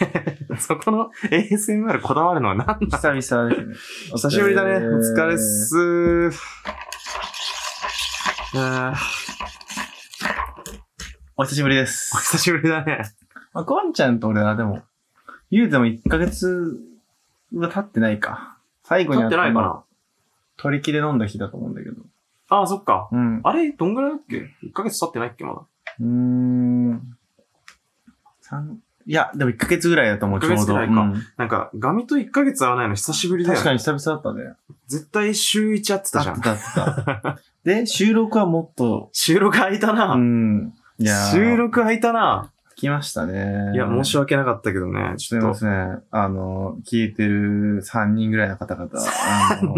そこの ASMR こだわるのは何だ久々ですね。久しぶりだね。お疲れっす。あーお久しぶりでおす。久しぶりだね。まあ、コアンちゃんと俺はでも、言うても1ヶ月は経ってないか。最後に経っ会ってたのないかな取り切れ飲んだ日だと思うんだけど。ああ、そっか。うん。うあれ、どんぐらいだっけ ?1 ヶ月経ってないっけまだ。ーん。三いや、でも1ヶ月ぐらいだと思う、一ちヶょう月ど。ぐらいかうんなんか、ガミと1ヶ月会わないの久しぶりだよ確ね。かに久々だったね。絶対週1会ってたじゃあっん。たあった。で、収録はもっ と、収録空いたうな。ん。いやー収録空いたな。来ましたね。いや、申し訳なかったけどね。ちすょみっまと。せん。あの、聞いてる3人ぐらいの方々、あの、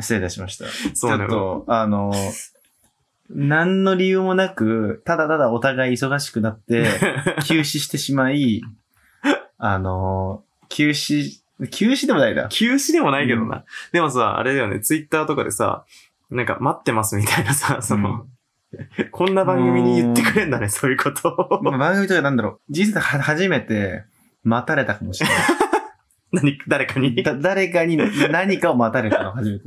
失礼いたしました。ちそうょねっと、あの、何の理由もなく、ただただお互い忙しく なって、休止してしまい、あの、休止、休止でもないな。休止でもないけどな。うでもさ、あれだよね、ツイッターとかでさ、なんか待ってますみたいなさ、その、 こんな番組に言ってくれんだね、そういうこと まを。あ番組というかなんだろう、人生では初めて待たれたかもしれな何、誰かに い。だ誰かに何かを待たれたの初めて。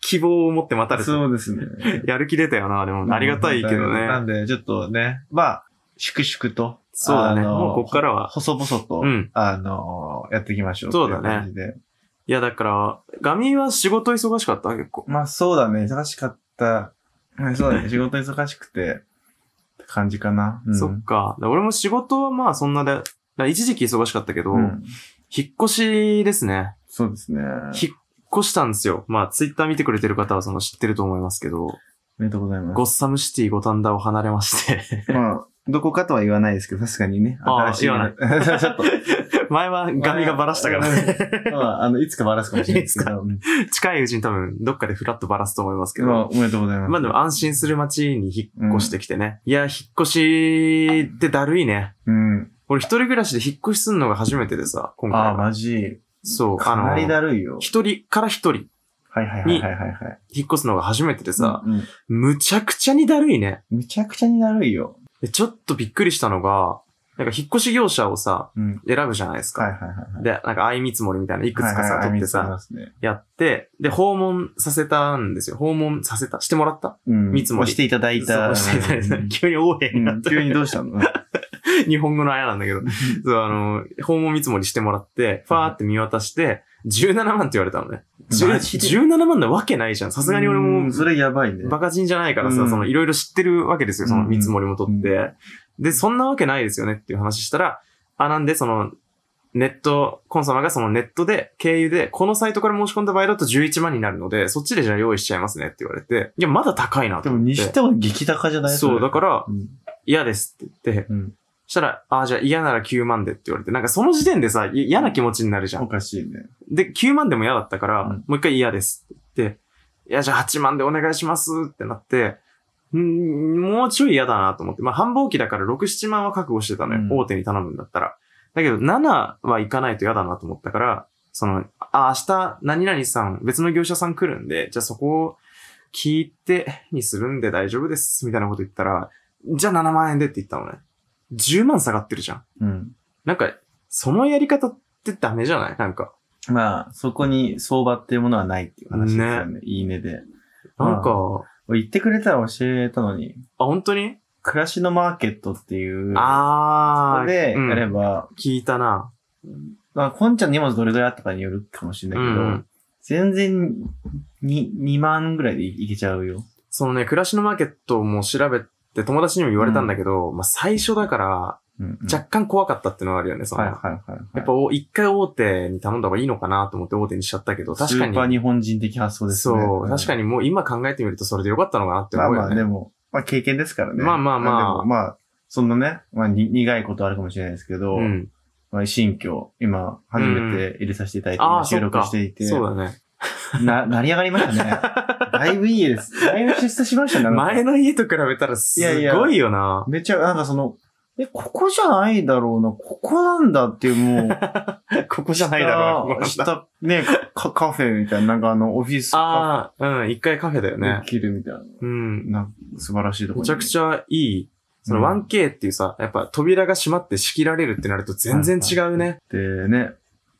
希望を持って待たれて。そうですね。やる気出たよな、でも。ありがたいけどね。なんで、ちょっとね、まあ、粛々と。そうだね。あのもうこっからは。細々と、うんあのやっていきましょう。そうだねってい感じで。いや、だから、ガミは仕事忙しかった結構。まあ、そうだね。忙しかった。うんそう だね。仕事忙しくて、って感じかな。うん、そっか。だ俺も仕事はまあそんなで、だから一時期忙しかったけど、うん引っ越しですね。そうですね。引っ越したんですよ。まあ、ツイッター見てくれてる方はその知ってると思いますけど。おめでとうございまゴッサムシティ五反田を離れま して、す。まあ、どこかとは言わないですけど、確かにね。ああ新しい。言わ ちょっと。前はガミがバラしたから、ね、ね。 まあ、あの、いつかバラすかもしれないですけど。うん近いうちに多分どっかでフラッとバラすと思いますけまあ、ど、おめでとうございます。まあでも安心する街に引っ越してきてね。いや、引っ越しってだるいね。うん。俺一人暮らしで引っ越しすんのが初めてでさ、今回ああ、は。マジ。そう、かあなりだの、るいよ。一人から一人はいはいはいはいはいはい。引っ越すのが初めてでさ、うん、むちゃくちゃにだるいね。めちゃくちゃにだるいよ。でちょっとびっくりしたのが、なんか引っ越し業者をさ、うん。選ぶじゃないですか。はいはいはいはい。で、なんか相見積もりみたいないくつかさ、取ってさ、はいはいはい見つかりますねやって、で、訪問させたんですよ。訪問させたしてもらったうん見積もり押していただいそた。うしていただいたうん急に応援になうっんた。急にどうしたの日本語のあやなんだけど。そう、あの、訪問見積もりしてもらって、ファーって見渡して、17万って言われたのね。10マジで17万なわけないじゃん。さすがに俺うもん、それやばいね。バカ人じゃないからうさ、んその、いろいろ知ってるわけですよ。その見積もりも取っうて。で、そんなわけないですよねっていう話したら、あ、なんでその、ネット、コン様がそのネットで、経由で、このサイトから申し込んだ場合だと11万になるので、そっちでじゃあ用意しちゃいますねって言われて、いや、まだ高いなでとも、思って。にしても激高じゃない。そう、だからら、うん嫌ですって言って、うん。したら、あ、じゃあ嫌なら9万でって言われて、なんかその時点でさ、い嫌な気持ちになるじゃんお。かしいね。で、9万でも嫌だったから、うんもう一回嫌ですって言って、いや、じゃあ8万でお願いしますってなって、んーもうちょい嫌だなと思って、まあ繁忙期だから6、7万は覚悟してたのよ。うん大手に頼むんだったら。だけど7はいかないと嫌だなと思ったから、その、あ、明日、何々さん、別の業者さん来るんで、じゃあそこを聞いてにするんで大丈夫です、みたいなこと言ったら、じゃあ7万円でって言ったのね。10万下がってるじゃん。うん。なんか、そのやり方ってダメじゃないなんか。まあ、そこに相場っていうものはないっていう話ですよね。いいねで。なんか、俺言ってくれたら教えたのに、あ、本当に暮らしのマーケットっていう、ああ、で、うんやれば、聞いたな。まあ、こんちゃんの荷物どれぐらいあったかによるかもしれなういけど、ん。全然に、2万ぐらいでいけちゃうよ。そのね、暮らしのマーケットも調べて、友達にも言われたんだけど、まあ最初だから、うん、うん。若干怖かったってのはあるよね、その。はいはいはい、はい。やっぱ、お一回大手に頼んだ方がいいのかなと思って大手にしちゃったけど、確かスに。ーパー日本人的発想ですね。そう、確かに。にもう今考えてみるとそれでよかったのかなってまあ思うまよあ、ね。でも、まあ経験ですからね。まあまあまあでもまあ、そんなね、まあに苦いことあるかもしれないですけど、うん。まあ新居、今、初めて入れさせていただいて、ああ、収そっ録か。していて、そうだね。な、成り上がりまし たね。だいぶいいです。だいぶ出世しましたね。なんか前の家と比べたらすごいよな。めちゃ、なんかその、え、ここじゃないだろうな、ここなんだっていう、もう、 ここじゃないだろうなここなんだ。 下、下ね、かカフェみたいな、なんかあの、オフィスカああ、うん、一回カフェだよフェねで。きるみたいな、うん。なんか素晴らしいところめちゃくゃ、ちゃいいその 1K っていうさ、やっぱ扉が閉まって仕切られるってなると全然違うね。でね、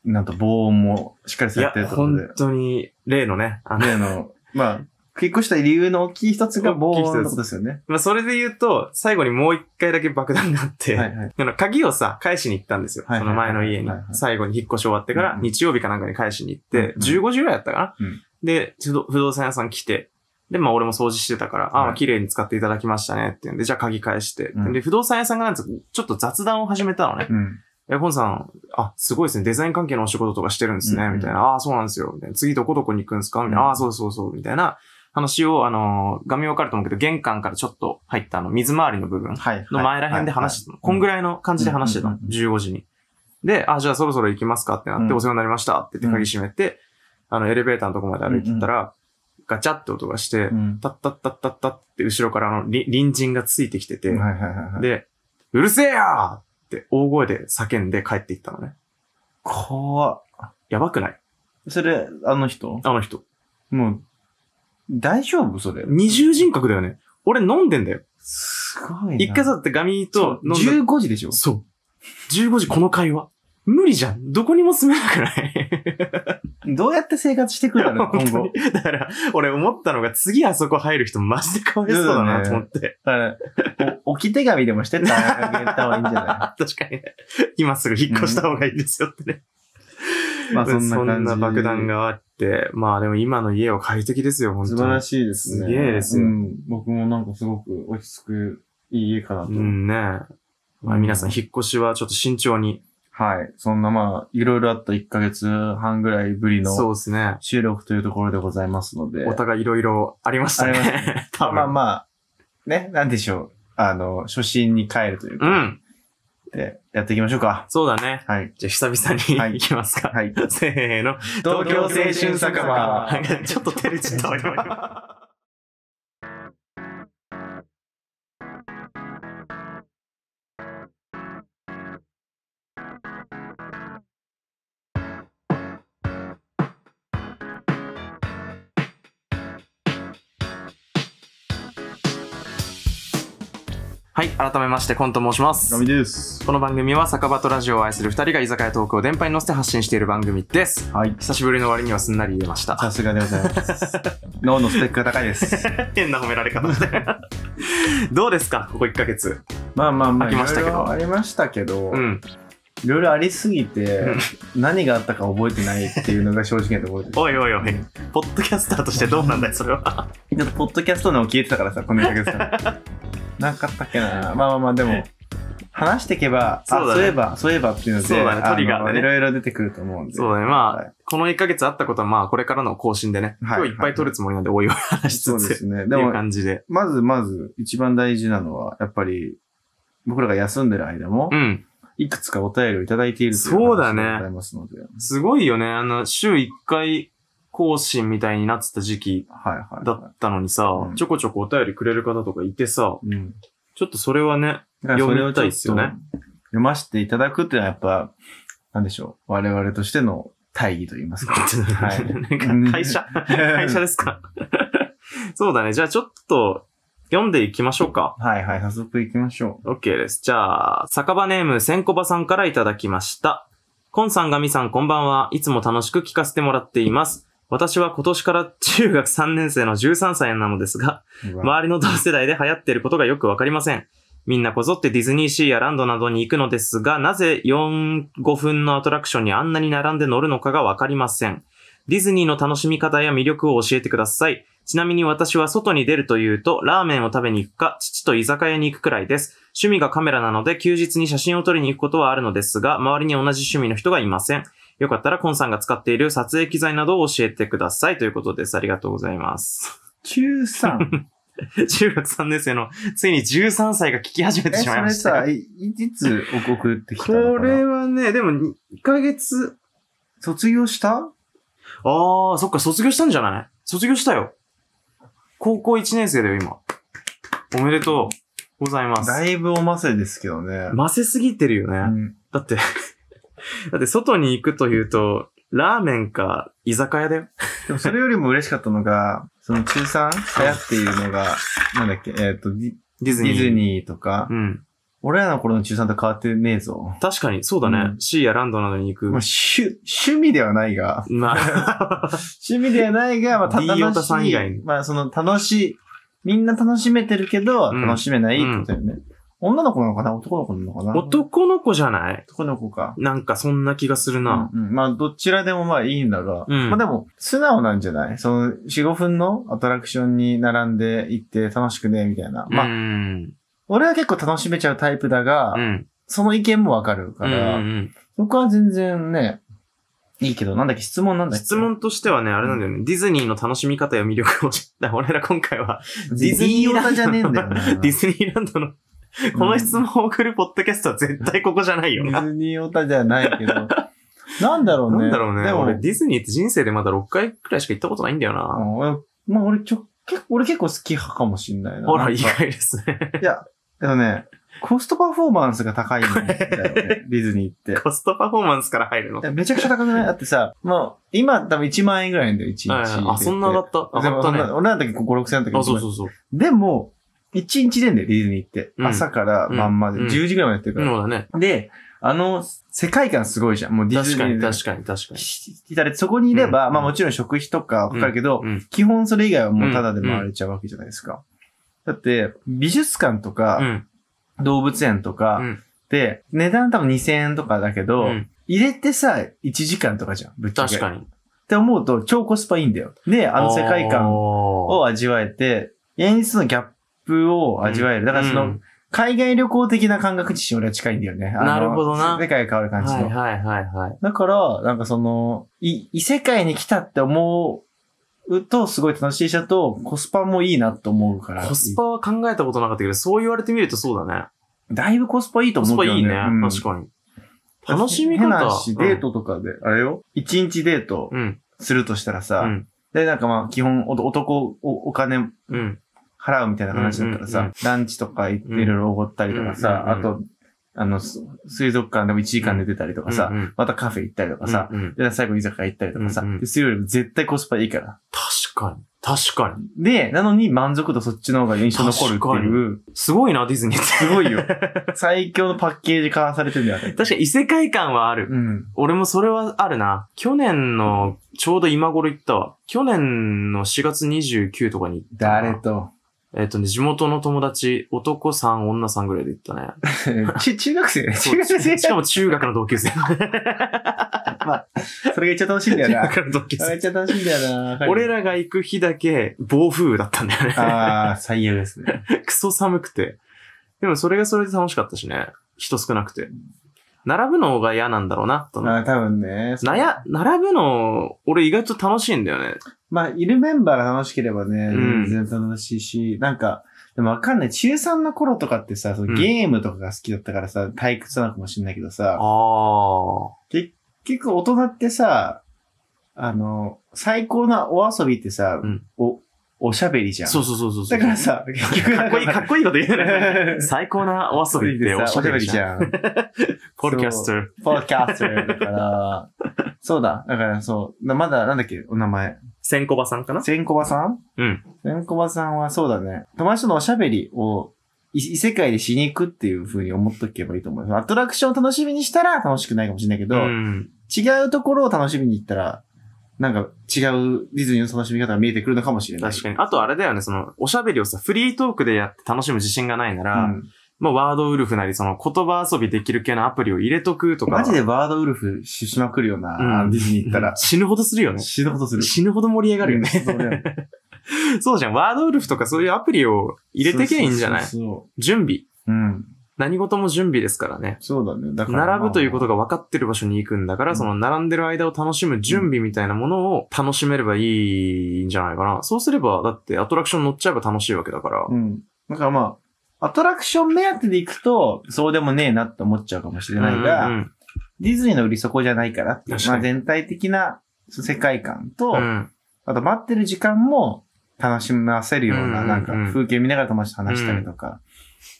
なんと防音もしっかりいされやてる、ところ本で。当に、例のね、あの、ね、あの、まあ、引っ越した理由の大きい一つが防音のことですよね。まあ、それで言うと、最後にもう一回だけ爆弾があって、はいはい。あの、鍵をさ、返しに行ったんですよ。はいその前の家にはいは。い最後に引っ越し終わってかうんらう、ん日曜日かなんかに返しに行って、うん15時ぐらいだったかうんな。で不動、不動産屋さん来て、で、まあ俺も掃除してたから、あはあ、い綺麗に使っていただきましたねっていうんで、じゃあ鍵返してう。んで、不動産屋さんがなんつうちょっと雑談を始めたのねう。ん。エコンさん、あ、すごいですね。デザイン関係のお仕事とかしてるんですうんね。うんみたいな。ああ、そうなんですよ。みたいな。次どこどこに行くんですかみたいな。うんああ、そうそうそう。みたいな話を、あのー画面わかると思うけど、玄関からちょっと入ったあの、水回りの部分はいはい。の前ら辺で話してたの。こんぐらいの感じで話してたのうん。うん15時に。で、あ、じゃあそろそろ行きますかってなって、うんお世話になりましたって言って鍵閉めて、あの、エレベーターのとこまで歩いてったら、ガチャって音がしてう、ん。タッタッタッタッタッって後ろからあの、り隣人がついてきてて、はいはいはいはい。で、うるせえやーって大声で叫んで帰っていったのね。怖っやばくないそれ、あの人あの人。もう、大丈夫それ。二重人格だよね。俺飲んでんだよ。すごいな。一回さ、ってガミと飲んで。 15時でしょそう。15時この会話。無理じゃん。どこにも住めなくないどうやって生活してくるの今 本当後に。。だから、俺思ったのが、次あそこ入る人マジでかわいそうだなと思って。だから、お置き手紙でもしてったら言った方がいいんじゃなあ確かにね。今すぐ引っ越した方がいいですよってね。 いまあそんなそん感じ。な爆弾。があって、まあでも今の家は快適ですよ、本当素に。晴らしいですね。すげえですようん。僕もなんかすごく落ち着くいい家かなと。うんねまあ皆さん、引っ越しはちょっと慎重に。はい。そんなまあ、いろいろあった1ヶ月半ぐらいぶりそうのですね。収録というところでございますので。お互いいろいろありましたありましね。 多分。まあまあ、ね、なんでしょう。あの、初心に帰るといううか、ん。でやっていきましょうか。そうだね。はい。じゃあ久々はにい行きますか。はい。せーの。東京青春酒場。 ちょっと照れちゃったわ今。はい、改めまして、コンと申します。ガミです。この番組は酒場とラジオを愛する二人が居酒屋トークを電波に乗せて発信している番組です。はい。久しぶりの割にはすんなり言えました。さすがでござ います。脳のスペックが高いです。変な褒められ方して。 どうですかここ1ヶ月。まあまあまあ、飽きましたけどいろいろありましたけど、うん。いろいろありすぎてうん、何があったか覚えてないっていうのが正直なところです。おいおい おい。ポッドキャスターとしてどうなんだいそれは。ちょっとポッドキャストのも消えてたからさ、この1ヶ月 間。なかったっけな。まあまあまあ、でも、話していけば、あそうだねそういえば、そういえばっていうので、そうだねトリガーでねあのいろいろ出てくると思うんで。そうだね。まあ、はいこの1ヶ月あったことはまあ、これからの更新でね。はい今日いっぱい撮るつもりなんで、おいおい話しそつうでつ。すね。ってでいうも、感じで。まずまず一番大事なのは、やっぱり、僕らが休んでる間もう、ん。いくつかお便りをいただいているというそうだね話でございますので。すごいよね。あの、週1回更新みたいになってた時期はいはい、だはったのにさ、うんちょこちょこお便りくれる方とかいてさ、い。うん。ちょっとそれはね、だからそれをちょっと読みたいっすよね。読ませていただくっていうのはやっぱ、なんでしょう。我々としての大義と言いますか。はい なんか会 社会社ですか そうだね。じゃあちょっと読んでいきましょうか。はいはい、早速行きましょ OK です。じゃあ、酒場ネーム千コバさんからいただきました。コンさん、ガミさん、こんばんは。いつも楽しく聞かせてもらっています。私は今年から中学3年生の13歳なのですが、う。うわ周りの同世代で流行っていることがよくわかりません。みんなこぞってディズニーシーやランドなどに行くのですが、なぜ4、5分のアトラクションにあんなに並んで乗るのかがわかりません。ディズニーの楽しみ方や魅力を教えてください。ちなみに私は外に出るというと、ラーメンを食べに行くか、父と居酒屋に行くくらいです。趣味がカメラなので、休日に写真を撮りに行くことはあるのですが、周りに同じ趣味の人がいません。よかったら、コンさんが使っている撮影機材などを教えてください。ということです。ありがとうございます。中三 中学3年生の、ついに13歳が聞き始めえ、てしまいそまれしたさ、よ。いいつ送ってきたこのかなれはね、でも2ヶ月、卒業したああ、そっか、卒業したんじゃない卒業したよ。高校1年生だよ、今。おめでとうございます。だいぶおませですけどね。ませすぎてるよね。うんだって、 だって外に行くというと、ラーメンか居酒屋だよ。でもそれよりも嬉しかったのが、その中3流行っているのが、なんだっけ、えっ、と、ディデディズデニー。ィズニーとか、うん。俺らの頃の中3と変わってねえぞ。確かに、そうだね。うんシーやランドなどに行く。まあ、趣、趣味ではないが、ま あ、趣味ではないが、まあ、た D オタ楽さん以し外いに。まあ、その、楽しい。みんな楽しめてるけど、うん楽しめないってことだよね。女の子なのかな男の子なのかな男の子じゃない男の子か。なんかそんな気がするな。うんうんまあ、どちらでもまあいいんだが、うんまあでも、素直なんじゃないその、4、5分のアトラクションに並んで行って楽しくね、みたいな。まあ、うん。俺は結構楽しめちゃうタイプだが、うん。その意見もわかるうんかうら、ん僕は全然ね、いいけど、なんだっけ、質問なんうんだっけ質問としてはね、あれなんだよね。ディズニーの楽しみ方や魅力を知った。 俺ら今回は、デディィズズニニーーオランドタじゃねえんだよな。 ディズニーランドの、この質問を送るポッドキャストは絶対ここじゃないよデな。ィズニーオタじゃないけど、なんだろうね。なんだろうね。でも俺、ディズニーって人生でまだ6回くらいしか行ったことないんだような。ん俺、まあ俺ちょ、結構、俺結構好き派かもしんないな。ほら、なん意か外です ね。えっとね、コストパフォーマンスが高いんだよね、 ディズニーって。いコストパフォーマンスから入る の。やめちゃくちゃ高くないだってさ、まあ、今多分1万円ぐらいなんだよ、1日。うんあ、そんな上がった。で上もがったそんね。な俺らの時5、6千円の時あ、そうそうそう。でも、1日でんだよ、ディズニーって。うん朝から晩まで、うん10時ぐらいまでやってるそかうだら。ね。で、あの、世界観すごいじゃん。もうディズ確ニかーに、で。確かに、確かに。に。だそこにいれば、うんまあもちろん食費とかかかるけど、うん。基本それ以外はもうタダで回れちゃうわけじゃないですか。だって、美術館とうか、ん。動物園とうかんで、値段多分2000円とかだけうど、ん入れてさ、1時間とかじゃん、ぶっちゃけ。確かっに。て思うと、超コスパいいんだよ。で、あの世界あー観を味わえて、演出のギャップを味わえる。だからその、うん海外旅行的な感覚自身俺は近いんだよね。あのなるほどな世界が変わる感じの。はいはいはいはい。だから、なんかその、い、異世界に来たって思うと、すごい楽しいし、あと、コスパもいいなと思うから。コスパは考えたことなかったけど、そう言われてみるとそうだね。だいぶコスパいいとコ思スうパけいどいね。うん確かに。楽しみ方変な話、デート。トとかで、あれよ、一日デートうん。するとしたらうさ、ん。で、なんかまあ、基本お、男お、お金うん。払うみたいな話だったらさ、うんうんうんランチとか行っていろいろおごったりとかさ、うんうんあと、あの、す水族館でも1時間で出たりとかさ、うんうんまたカフェ行ったりとかさ、うんうんで、最後居酒屋行ったりとかさ、うんうんでそれよりも絶対コスパいいから。確かに。確かに。で、なのに満足度そっちの方が印象残るっていう、すごいな、ディズニーって。 すごいよ。最強のパッケージ化されてるんだよ。確かに異世界感はある。うん。俺もそれはあるな。去年の、ちょうど今頃行ったわ。去年の4月29とかに行ったな。誰と。えっ、とね、地元の友達、男さん、女さんぐらいで行ったね。ち、中学生ね。そう中学 生しかも中学の同 級生。それが一番楽しいんだよ中な。学の同級あ生れめっ。ちゃ楽しいんだよな。わかる俺。らが行く日だけ暴風雨だったんだよね。ああ、最悪ですね。 クソ寒くて。でもそれがそれで楽しかったしね。人少なくて。並ぶのが嫌なんだろうな、と。まあ、多分ね。なや、並ぶの、俺意外と楽しいんだよね。まあ、いるメンバーが楽しければね、うん全然楽しいし、なんか、でもわかんない。中3の頃とかってさ、そのうんゲームとかが好きだったからさ、退屈なのかもしれないけどあさ、あ。結構大人ってさ、あの、最高なお遊びってさ、うんお、おしゃべりじゃん。そうそうそうそうそう。だからさ、結局かっこいい、かっこいいこと言う ね。 っ最高なお遊びっておしゃべりじゃん。ゃん。ポッドキャスト。ポッドキャストだから、そうだ。だからそう、なまだ、なんだっけ、お名前。千コバさんかな千コバさんうん。千コバさんはそうだね。友達とのおしゃべりをい異世界でしに行くっていう風に思っとけばいいと思う。アトラクションを楽しみにしたら楽しくないかもしれないけど、うん。違うところを楽しみに行ったら、なんか違うディズニーの楽しみ方が見えてくるのかもしれない。確かに。あとあれだよね、その、おしゃべりをさ、フリートークでやって楽しむ自信がないなら、うんまあ、ワードウルフなり、その、言葉遊びできる系のアプリを入れとくとか。マジでワードウルフししまくるよな、うんあのディズニー行ったら。死ぬほどするよね。死ぬほどする。死ぬほど盛り上がるよね。うん そうだよそうじゃん。ワードウルフとかそういうアプリを入れてけばいいんじゃないそうそうそう準備。そううん。何事も準備ですからね。そうだね。だから、並ぶということが。が分かってる場所に行くんだから、うんその並んでる間を楽しむ準備みたいなものを楽しめればいいんじゃないかな。そうすれば、だってアトラクション乗っちゃえば楽しいわけだから。うん。だからまあ、アトラクション目当てで行くと、そうでもねえなって思っちゃうかもしれないが、うんうんディズニーの売りそこじゃないからっていう確かまにあ全体的なその世界観と、うんうんあと待ってる時間も楽しませるよううんうんな、うんなんか風景見ながら友達と話したりとか。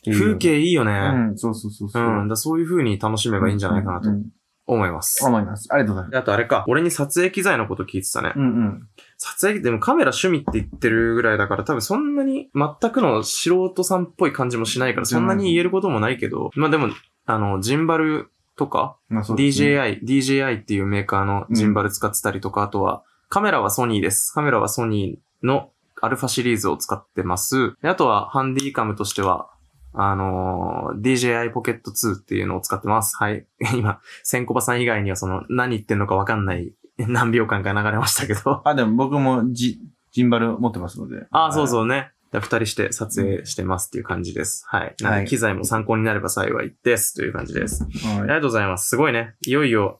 っていう風景いいよね。うん、そうそうそううそん。う。だからそういう風に楽しめばいいんじゃないかなとうん。思います。思います。ありがとうございまであとあれか、俺に撮影機材のこと聞いてたねす。。うんうん。撮影、でもカメラ趣味って言ってるぐらいだから、多分そんなに全くの素人さんっぽい感じもしないから、そんなに言えることもないけど、まあでも、あの、ジンバルとか、まあそうですね。 DJI、DJI っていうメーカーのジンバル使ってたりとか、あとは、カメラはソニーです。カメラはソニーのアルファシリーズを使ってます。であとは、ハンディカムとしては、あのー DJI Pocket 2っていうのを使ってます。はい。 今、千コバさん以外にはその、何言ってんのかわかんない何秒間か流れましたけど。あ、でも僕もジジンバル持ってますので。ああ、そうう。そうね。で二人して撮影してますっていう感じです。はい。なのはで、い機材も参考になれば幸いです。という感じです。ありはがとうございます。すごいね。いよいよ、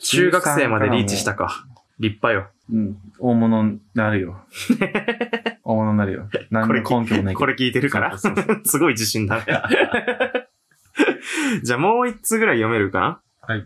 中学生までリーチしたか。立派よ。い。うん。大物にな るよ。大物になるよ。何このれ根拠もないけど。これ聞いてるから。そうそうそうすごい自信だね。 じゃあもう一つぐらい読めるかなはい。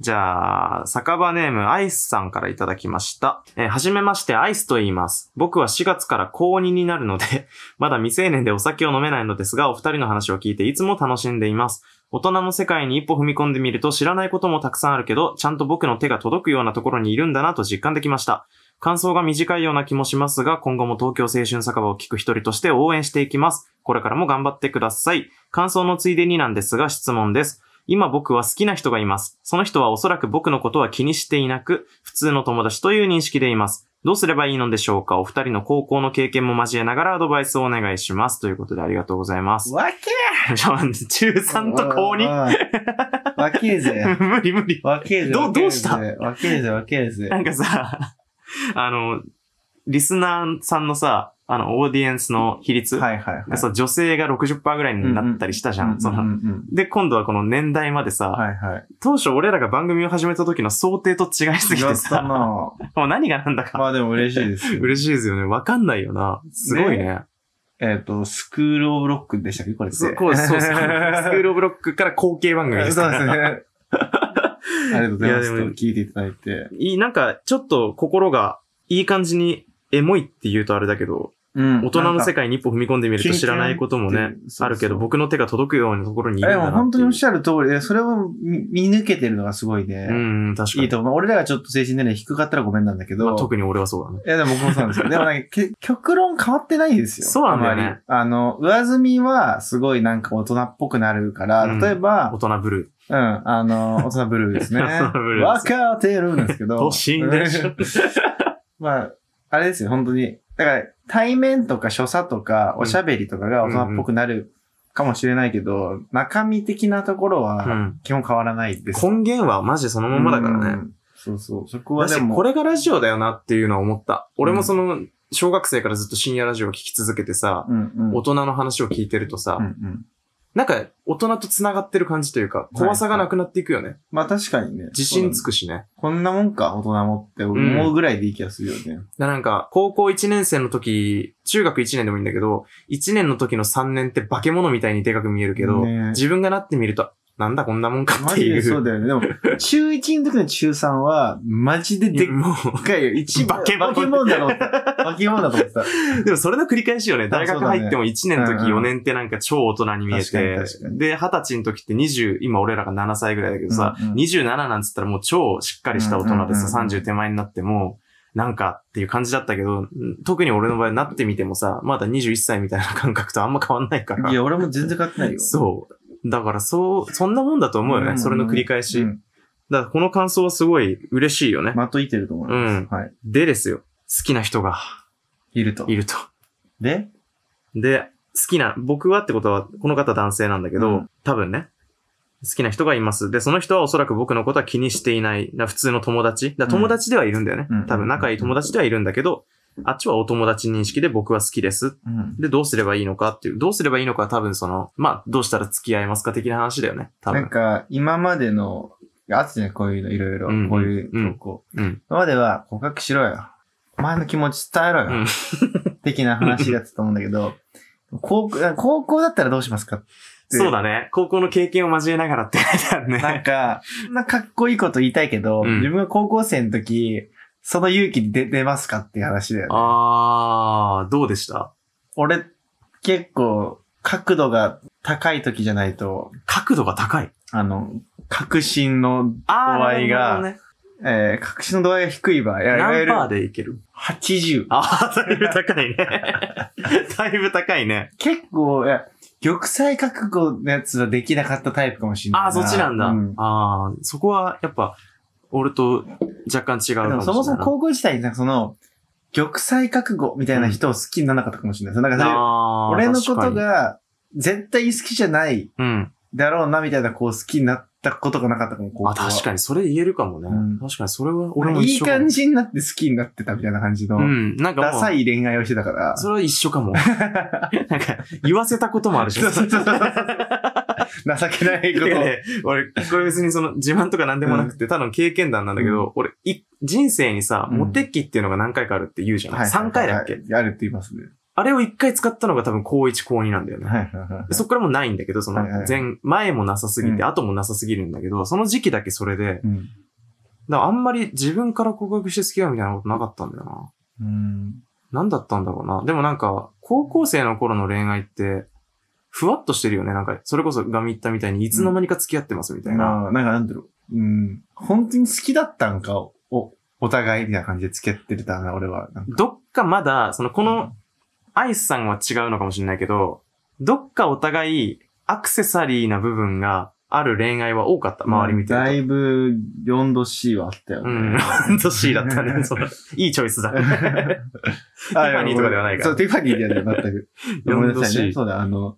じゃあ、酒場ネームアイスさんからいただきました。えーはじめまして、アイスと言います。僕は4月から高2になるので、 まだ未成年でお酒を飲めないのですが、お二人の話を聞いていつも楽しんでいます。大人の世界に一歩踏み込んでみると知らないこともたくさんあるけど、ちゃんと僕の手が届くようなところにいるんだなと実感できました。感想が短いような気もしますが、今後も東京青春酒場を聞く一人として応援していきます。これからも頑張ってください。感想のついでになんですが、質問です。今僕は好きな人がいます。その人はおそらく僕のことは気にしていなく、普通の友達という認識でいます。どうすればいいのでしょうかお二人の高校の経験も交えながらアドバイスをお願いします。ということでありがとうござい ます。わけちょ、待って中3と高 2? わけえぜ。 無理無理。わけえぜ。どうどうしたわけえぜ、わけえぜ。なんかさ、あの、リスナーさんのさ、あの、オーディエンスの比率。はいはいはい。そう、女性が60%ぐらいになったりしたじゃん。そのうんうんうんで、今度はこの年代までさ、はいはい。当初俺らが番組を始めた時の想定と違いすぎやてったさ、なもう何がなんだか、まあでも嬉しいですよ。嬉しいですよね。わかんないよな。すごいね。えっと、スクールオブロックでしたっけこれって。そう、こうそうそう。スクールオブロックから後継番組ですそうかでら すね。ありがとうございまいやす。でも聞いていただいて。いい、なんか、ちょっと心がいい感じに、エモいって言うとあれだけど、うん大人の世界界に一歩踏み込んでみると知らないこともね、あるけど、僕の手が届くようなところにいるんでだなってもいう。本当におっしゃる通りで、それを見見抜けてるのがすごいね。うん、確かに。いいと思う。俺らがちょっと精神年齢低かったらごめんなんだけど。まあ特に俺はそうだね。いや、でも僕もそうなんです よ。でもなんか、け極論変わってないですよ。そうなんだよねあまり。あの、上積みはすごいなんか大人っぽくなるから、うん例えば大、人ブルうん、あの、大人ブルー ですね。大人ブルーでわすかってるんですけー。ど。 都心でしょ。 まあ、あれですよ、本当に。だから、対面とか所作とか、おしゃべりとかが大人っぽくなるかもしれないけど、中身的なところうは、ん。基本変わらないです。根源はマジそのままだからうね。ん。そうそう。そこはだでし、も、これがラジオだよなっていうのは思った。俺もその、小学生からずっと深夜ラジオを聞き続けてさ、うんうん。大人の話を聞いてるとさうん、うん。なんか大人と繋がってる感じというか、い怖さがなくなっていくよね。まあ確かにね。自信つくしね。こんなもんか、大人もって思うぐらいでいい気がするよね。だからなんか、高校1年生の時、中学1年でもいいんだけど、1年の時の3年って化け物みたいにでかく見えるけど、ね自分がなってみると、なんだこんなもんかっマてジいでう。そうだよね。でも、中1の時の中3は、マジででっもかいよ。一番化け物化け物だと思った。化け物だと思 ってた。う、でもそれの繰り返しよね。大学入っても1年のうんう時ん4年ってなんか超大人に見え確かにて確か、にで、20歳の時って20、今俺らが7歳ぐらいだけどさ、うんうん27なんつったらもう超しっかりした大人でさ、うんうんうん30手前になっても、なんかっていう感じだったけど、うん特に俺の場合なってみてもさ、まだ21歳みたいな感覚とあんま変わんないからい。や、俺も全然買ってないよ。そう。だからそう、そんなもんだと思うよね。んんんそれの繰り返し。うんだからこの感想はすごい嬉しいよね。まといてると思います。はい。でですよ。好きな人がいるとい。ると。で、で、好きな、僕はってことは、この方男性なんだけど、うん多分ね、好きな人がいます。で、その人はおそらく僕のことは気にしていない、な普通の友達。だ友達ではいるんだよね。うん多分仲いい友達ではいるんだけど、あっちはお友達認識で僕は好きです。うん。で、どうすればいいのかっていう。どうすればいいのかは多分その、まあ、どうしたら付き合いますか的な話だよね。多なん分。か、今までの、あったじゃん、こういうの、いろいろうん。こういう投稿。うん。今までは、告白しろよ。お前の気持ち伝えろうよ。的な話だったと思うんだけど、 高校、高校だったらどうしますかって。そうだね。高校の経験を交えながらって書いてあ なるんね。か、そんなかっこいいこと言いたいけど、うん自分が高校生の時、その勇気出出ますかっていう話だよね。あー、どうでした俺、結構、角度が高い時じゃないと、角度が高い。あの、確信の、あー、度合いがなるえー、確信の度合いが低い場合、いやいほどわね、ゆ何パーるでいける80。ああ、だいぶ高いね。 だいぶ高いね。結構、いや、玉砕覚悟のやつはできなかったタイプかもしれないな。ああ、そっちなんだ。うああ、そこはやっぱ、俺と若干違うかでもしれもない。そもそも高校時代になんかその、玉砕覚悟みたいな人を好きにならなかったかもしれない。なんかそういうあー俺のこ、と確かが絶対好きじゃないにうん。だろうなみたいな子を好きになったことがなかったかも、高校あ、は。確かに、それ言えるかもね。うん確かに、それは俺もい一い緒かも感。じになって好きになってたみたいな感じの、うん、なんかもう、ダサい恋愛をしてたから。それは一緒かも。なんか、言わせたこともあるし。そうそうそうそう情けないこいと。やいや 俺、これ別にその自慢とかなんでもなくて、ただの経験談なんだけど、俺、い、人生にさ、うんモテ期っていうのが何回かあるって言うじゃん。はい3回だっけ、はいあるって言いますね。あれを1回使ったのが多分高1、高2なんだよね。はいはいはいでそっからもうないんだけど、そのはいはいはい前、前もなさすぎて、うん後もなさすぎるんだけど、その時期だけそれで、だかうんらあんまり自分から告白して好きだみたいなことなかったんだよな。うん。なんだったんだろうな。でもなんか、高校生の頃の恋愛って、ふわっとしてるよね。なんか、それこそガミ言ったみたいに、いつの間にか付き合ってますみたいな。あーなんかなんだろう。うん。本当に好きだったんかを、お、お互いみたいな感じで付き合ってたな、俺は。なんかどっかまだ、その、この、、アイスさんは違うのかもしれないけど、どっかお互い、アクセサリーな部分がある恋愛は多かった。周り見てるとだいぶ、4度 C はあったようね。 ん、ほんと C だったね。それいいチョイスだ。ティファニーとかではないからそう、ティファニーではない、全く。 ごめんなさいね。 4°C そうだ、あの、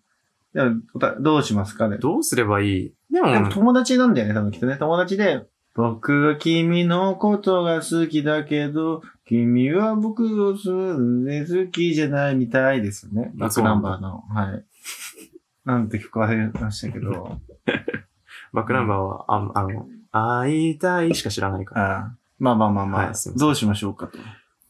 でもおたどうしますかね。どうすればいいででもも、友達なんだよね、多分きっとね。友達で、僕は君のことが好きだけど、君は僕をすんで好きじゃないみたいですよね。バあックそうなナンんだバーの。はい。なんて曲忘れましたけど。バックナンバーは、ああの、会いたいしか知らないから。あまあまあまあまあ、はいすいませんどうしましょうかと。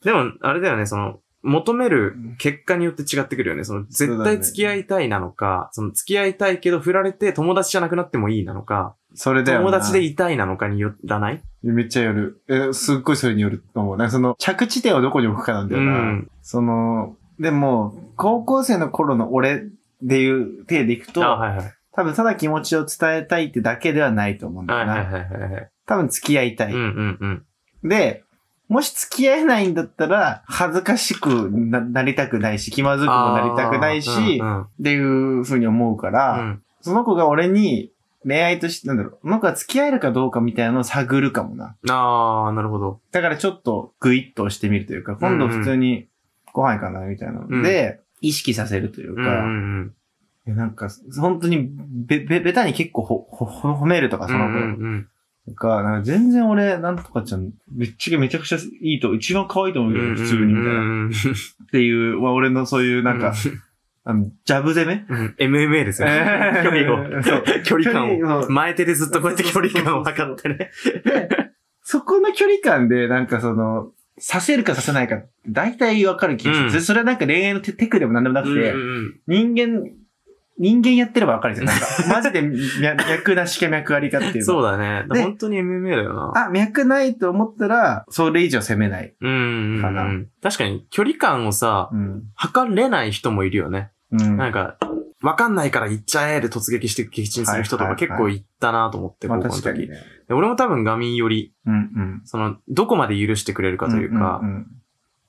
でも、あれだよね、その、求める結果によって違ってくるよね。その、絶対付き合いたいなのか、その、付き合いたいけど振られて友達じゃなくなってもいいなのか、それだよな友達でいたいなのかによらないめっちゃよる。え、すっごいそれによると思う。なんかその、着地点をどこに置くかなんだうよな。ん。その、でも、高校生の頃の俺でいう体でいくあ、と、はいはい。多分ただ気持ちを伝えたいってだけではないと思うんだはよいな。はいはいはいはい。多分付き合いたい、うんうんうん。で、もし付き合えないんだったら、恥ずかしくななりたくないし、気まずくもなりたくないし、あーうんっていうふうに思うかうら、んうんその子が俺に恋愛として、なんだろう、この子が付き合えるかどうかみたいなのを探るかもな。あー、なるほど。だからちょっとグイッと押してみるというか、今度普通にご飯行かないみたいなので、意識させるといううか、んうんうん。いやなんか、本当にべ、べ、べたに結構ほ、ほ、ほ褒めるとか、そのうん子、うんうんなんか、なんか全然俺、なんとかちゃん、めっちゃめちゃくちゃいいと、一番可愛いと思うけど、普通に、みたいな。っていう、まあ、俺のそういう、なんか、 あの、ジャブ攻めうん MMA ですよね。 距離を。距離感を。を。前手でずっとこうやって距離感を測ってね。でそこの距離感で、なんかその、させるかさせないか、大体わかる気がする。うんそれはなんか恋愛のテテクでもなんでもなうくんて、うん人間、人間やってればわかるじゃん。なんか、マジで脈脈なしか脈ありかっていううんか。そうだね。で本当に MMA だよな。あ、脈ないと思ったら、それ以上攻めない。うんうんかう。なん確かに、距離感をさ、うん。測れない人もいるよね。うん。なんか、わかんないから行っちゃえで突撃して撃沈する人とはかいはい結はい構行ったなと思って、まあ高校の確かに時。ね。で俺も多分ガミンより、うんうん。その、どこまで許してくれるかというかう、ん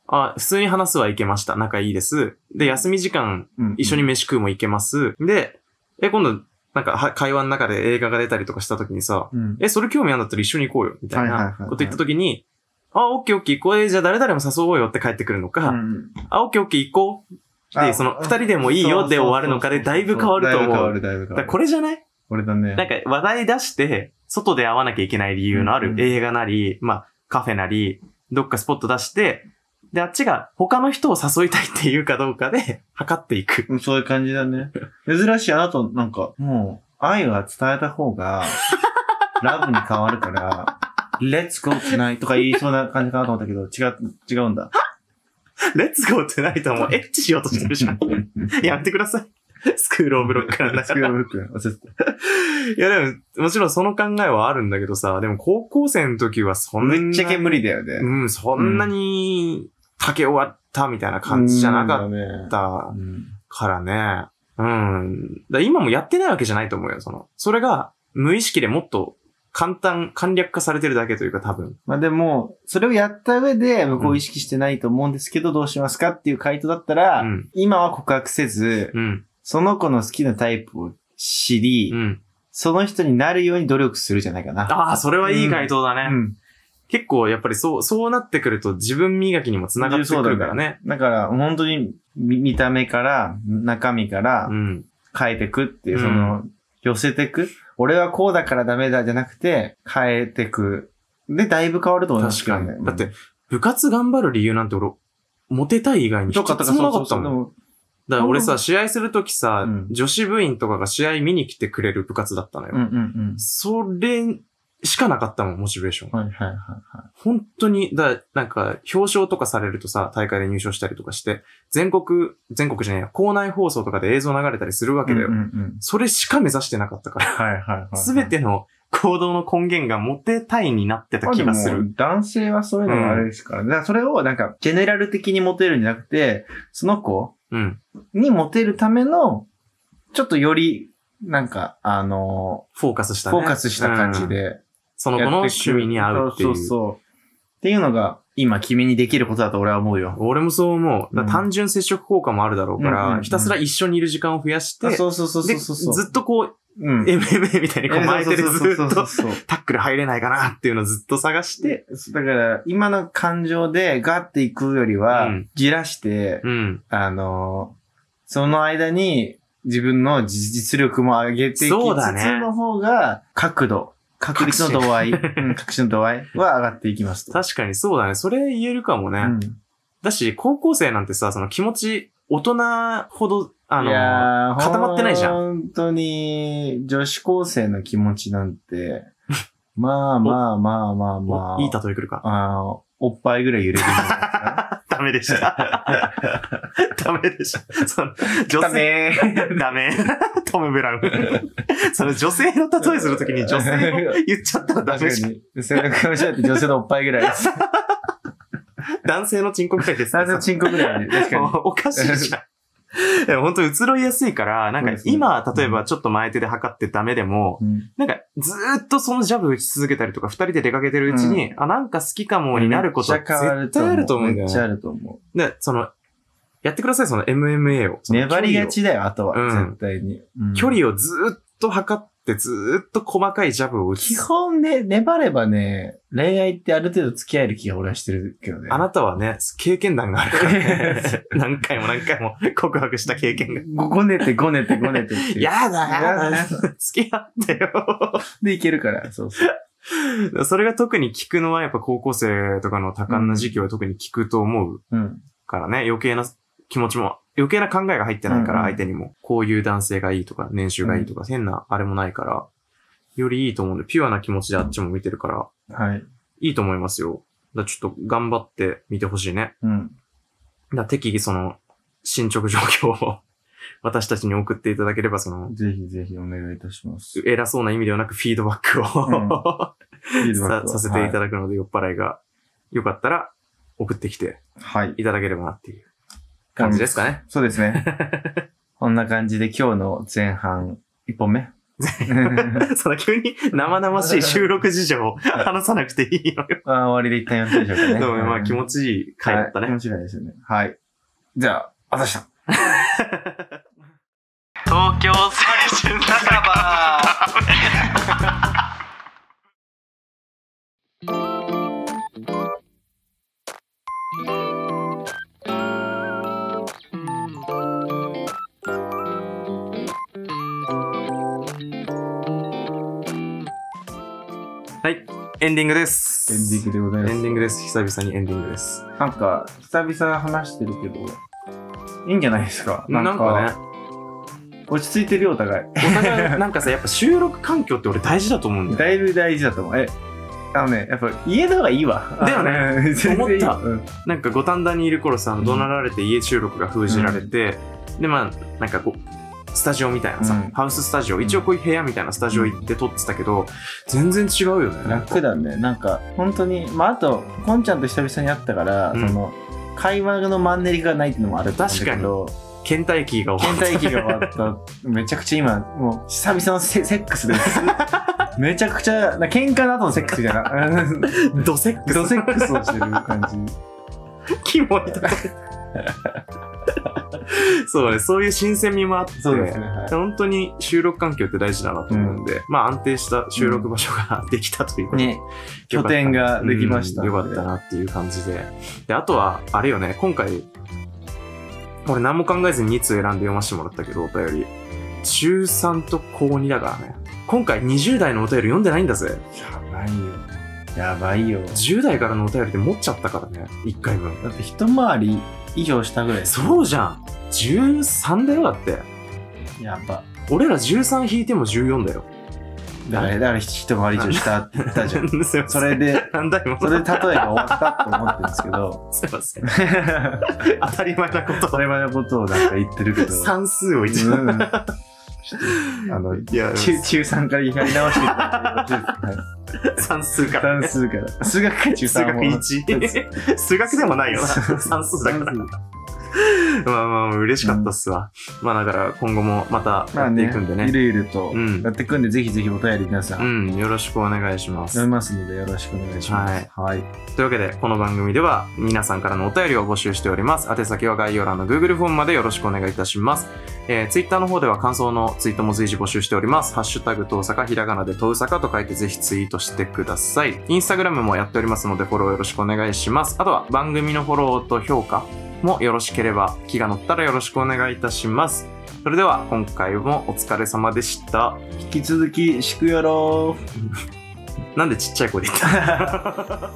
あ、普通に話すはいけました。仲いいです。で、休み時間うんうん、一緒に飯食うも行けます。で、え、今度、なんかは、会話の中で映画が出たりとかした時にさ、うん。え、それ興味あるんだったら一緒に行こうよ、みたいはいはいはないはこいと言った時に、あ、オッケーオッケー、これじゃあ誰々も誘おうよって帰ってくるのうか、んあ、オッケーオッケー行こうで、あその、二人でもいいよで終わるのかで、だいぶ変わると思う。だだいかぶ変わる、だいぶ変わらる。これじゃない俺だね。なんか話題出して、外で会わなきゃいけない理由のあうるん映画なり、まあ、カフェなり、どっかスポット出して、で、あっちが他の人を誘いたいっていうかどうかで、測っていく。うんそういう感じだね。珍しい。あなた、なんか、もう、愛は伝えた方が、 ラブに変わるから、レッツゴーつないとか言いそうな感じかなと思ったけど、違う、違う んだ。レッツゴーってないともうエッチしようとしてるじゃん。やめてください。スクールオブロックなんだスかクらー。ルブック、忘れてたいやでも、もちろんその考えはあるんだけどさ、でも高校生の時はそんな。ぶっちゃけ無理だようね。ん、そんなに、竹終わったみたいな感じじゃなかっったうんからね。うん。だから今もやってないわけじゃないと思うよ、その。それが、無意識でもっと簡単、簡略化されてるだけというか多分。まあでも、それをやった上で、向こう意識してないと思うんですけど、どうしますかっていう回答だったら、うん。今は告白せず、うん。その子の好きなタイプを知り、うん。その人になるように努力するじゃないかな。ああ、それはいい回答だね。うん。結構やっぱりそう、そうなってくると自分磨きにもつながってくるからね。だから、本当に見見た目から、中身からうん。変えてくっていう、うんその、寄せてく。俺はこうだからダメだじゃなくて、変えてく。で、だいぶ変わると思う。確かに。だっうてん、、部活頑張る理由なんて俺、モテたい以外に一とつもかなかとか、そうそっうたそう。もでん。もだから俺さ、試合するときさ、うん女子部員とかが試合見に来てくれる部活だったのよ。うんうんうん。それしかなかったもん、モチベーション。はいはいはいは本当に、だ、なんか、表彰とかされるとさ、大会で入賞したりとかして、全国、全国じゃねえや、校内放送とかで映像流れたりするわい。けだよ。うんうんうん。それしか目指してなかったから。はいはいはい。すべての行動の根源がモテたいになってた気がすまあでる。も男性はそういうのがあれですから、ねだからそれをなんか、ジェネラル的にモテるんじゃなくて、その子うん。にモテるための、ちょっとより、なんか、あのフォーカスしたーね。フォーカスした感じうん。でそやのってく子の趣味に合うっていそうそうう。そう。っていうのが、今君にできることだと俺は思うよ。俺もそう思う。だうん単純接触効果もあるだろうかうんうんうらん、ひたすら一緒にいる時間を増やして、あで、そうそうそうそうそうそう。ずっとこう、うん、 MMA みたいにこう巻いてるずっそうそうと、そうそうタックル入れないかなっていうのをずっと探して、で、だから、今の感情でガッていくよりはうん、じらして、うん。あのーその間に自分の実力も上げていきつつそうだねの方が、角度、確率の度合い、うん確信の度合いは上がっていきますと。確かにそうだね。それ言えるかもね。うんだし、高校生なんてさ、その気持ち、大人ほど、あいの、やー固まってないじゃん本当に、女子高生の気持ちなんて、 まあまあまあまあまおあ。いい例え来るか。 あーおっぱいぐらい揺れてるんじゃダメでした。 ダメでした。その、女性、ないですか。ダメダメ。 トム・ブラウン。 その女性の例えするときに女性を言っちゃったらダメ確じゃかん。に。背中をしゃって女性のおっぱい ぐらいです。男性のチンコくらいですね男性のチンコぐらい。確かに。 おかしいじゃん。でも本当移ろいやすいから、なんかそうですね今、例えばちょっと前手で測ってダメでも、うんなんかずーっとそのジャブ打ち続けたりとか、二人で出かけてるうちに、あ、なんか好きか もになることめっちゃ変わ絶対あると思うんだめよっちゃあね。ると思で、その、やってください、その MMA を。う。その距離粘をりがちだよ、あとは。うん絶対に。距を。離をずーっと測って、ずーっと細かいジャブを打基つ。本ね、粘ればね、恋愛ってある程度付き合える気が俺はしてるけどね。。あなたはね、経験談があるからね 何回も何回も告白した経験が。ごごねてごねてごねてっていう。 やだややだだ付き合ってよ。 でいけるから。そうそう。それが特に効くのはやっぱ高校生とかの多感な時期は特に効くと思ううん。からね、余計な気持ちも、余計な考えが入ってないかうらんうん相手にも、こういう男性がいいとか、年収がいいとか、変なあれもないから、よりいいと思うんで、ピュアな気持ちであっちも見てるから、はい。いいと思いますよ。だからちょっと頑張って見てほしいね。うん。だから適宜その、進捗状況を 私たちに送っていただければ、その、ぜひぜひお願いいたします。偉そうな意味ではなくフィードバック を、ささせていただくので、酔っ払いが、よかったら、送ってきてはい。はい。いただければなっていう感じですかね。そうで すね。こんな感じで今日の前半、一 本目。その急に生々しい収録事情を話さなくていいのよ。あー終わりで一旦やってみましょうかね。でもまあ気持ちいい回だったはい、気ね。持ちがいいですよね。はい。じゃあ、あざした。東京青春ならば。はい、エンディングです。エンディングでございます。エンディングです。久々にエンディングです。なんか、久々話してるけど、いいんじゃないですか。なんかね、落ち着いてるよ、お互い。お互いなんかさ、やっぱ収録環境って俺大事だと思うんだよ。だいぶ大事だと思う。え、あのね、やっぱ家の方がいいわ。だよねあのね。 全然いい思ったうんなんか五反田にいる頃さ、ん怒鳴られて家収録が封じられて、で、まあ、なんかこう、スタジオみたいなさ、うんハウススタジオ、一応こういう部屋みたいなスタジオ行って撮ってたけど、全然違うよね。楽だね。なんか、本当に、まあ、あと、こんちゃんと久々に会ったから、うんその、会話のマンネリがないっていうのもあると思うんだけど、倦怠期が終わ倦った。怠期が終わった。めちゃくちゃ今、もう久々のセセック スです。めちゃくちゃ、な喧嘩の後のセックスじゃな。 ドセックス。ドセックスをしてる感キモいとこそうね、そういう新鮮味もあって、じ。そうですね。はい本当に収録環境って大事だなと思うんで、まあ安定した収録場所ができたということで、ね、拠点ができましたうんよかったなっていう感じで。で、あとは、あれよね、今回、俺何も考えずに2通選んで読ませてもらったけど、お便り。中3と高2だからね。今回20代のお便り読んでないんだぜ。やばいよ。やばいよ。 10代からのお便りって持っちゃったからね、1回分。だって一回り以上したぐらいですそうじゃん。13だよ、だって。やば。俺ら13引いても14だよ。だから、だから一回り以上したって言 ったじゃん。すいませ そんれで、なんだ今、それで例えが終わったと思ってるんですけど すいません。当たり前なこと。それまでのことをなんか言ってるけ ど。算数を一応。うんちょっとあの、いや、中中3からやり直していただいてよろし いですか算数か。算数から。数学から中数3学も。 1。数 学でもないよな。算数だから。算数まあまあ、嬉しかったっすわ。まあだから、今後もまたまやあっていねくんで、ゆね。るゆるとうんやっていくんで、ぜひぜひお便り皆さうんん、よろしくお願いします読。みますので、よろしくお願いします。はい。というわけで、この番組では皆さんからのお便りを募集しております。宛先は概要欄の Google フォームまでよろしくお願いいたします。えー、Twitter の方では感想のツイートも随時募集しております。ハッシュタグ、とうさか、ひらがなでとうさかと書いてぜひツイートしてください。Instagram もやっておりますのでフォローよろしくお願いします。あとは番組のフォローと評価もよろしければ気が乗ったらよろしくお願いいたします。それでは今回もお疲れ様でした。引き続き、しくよろー。なんでちっちゃい声で言った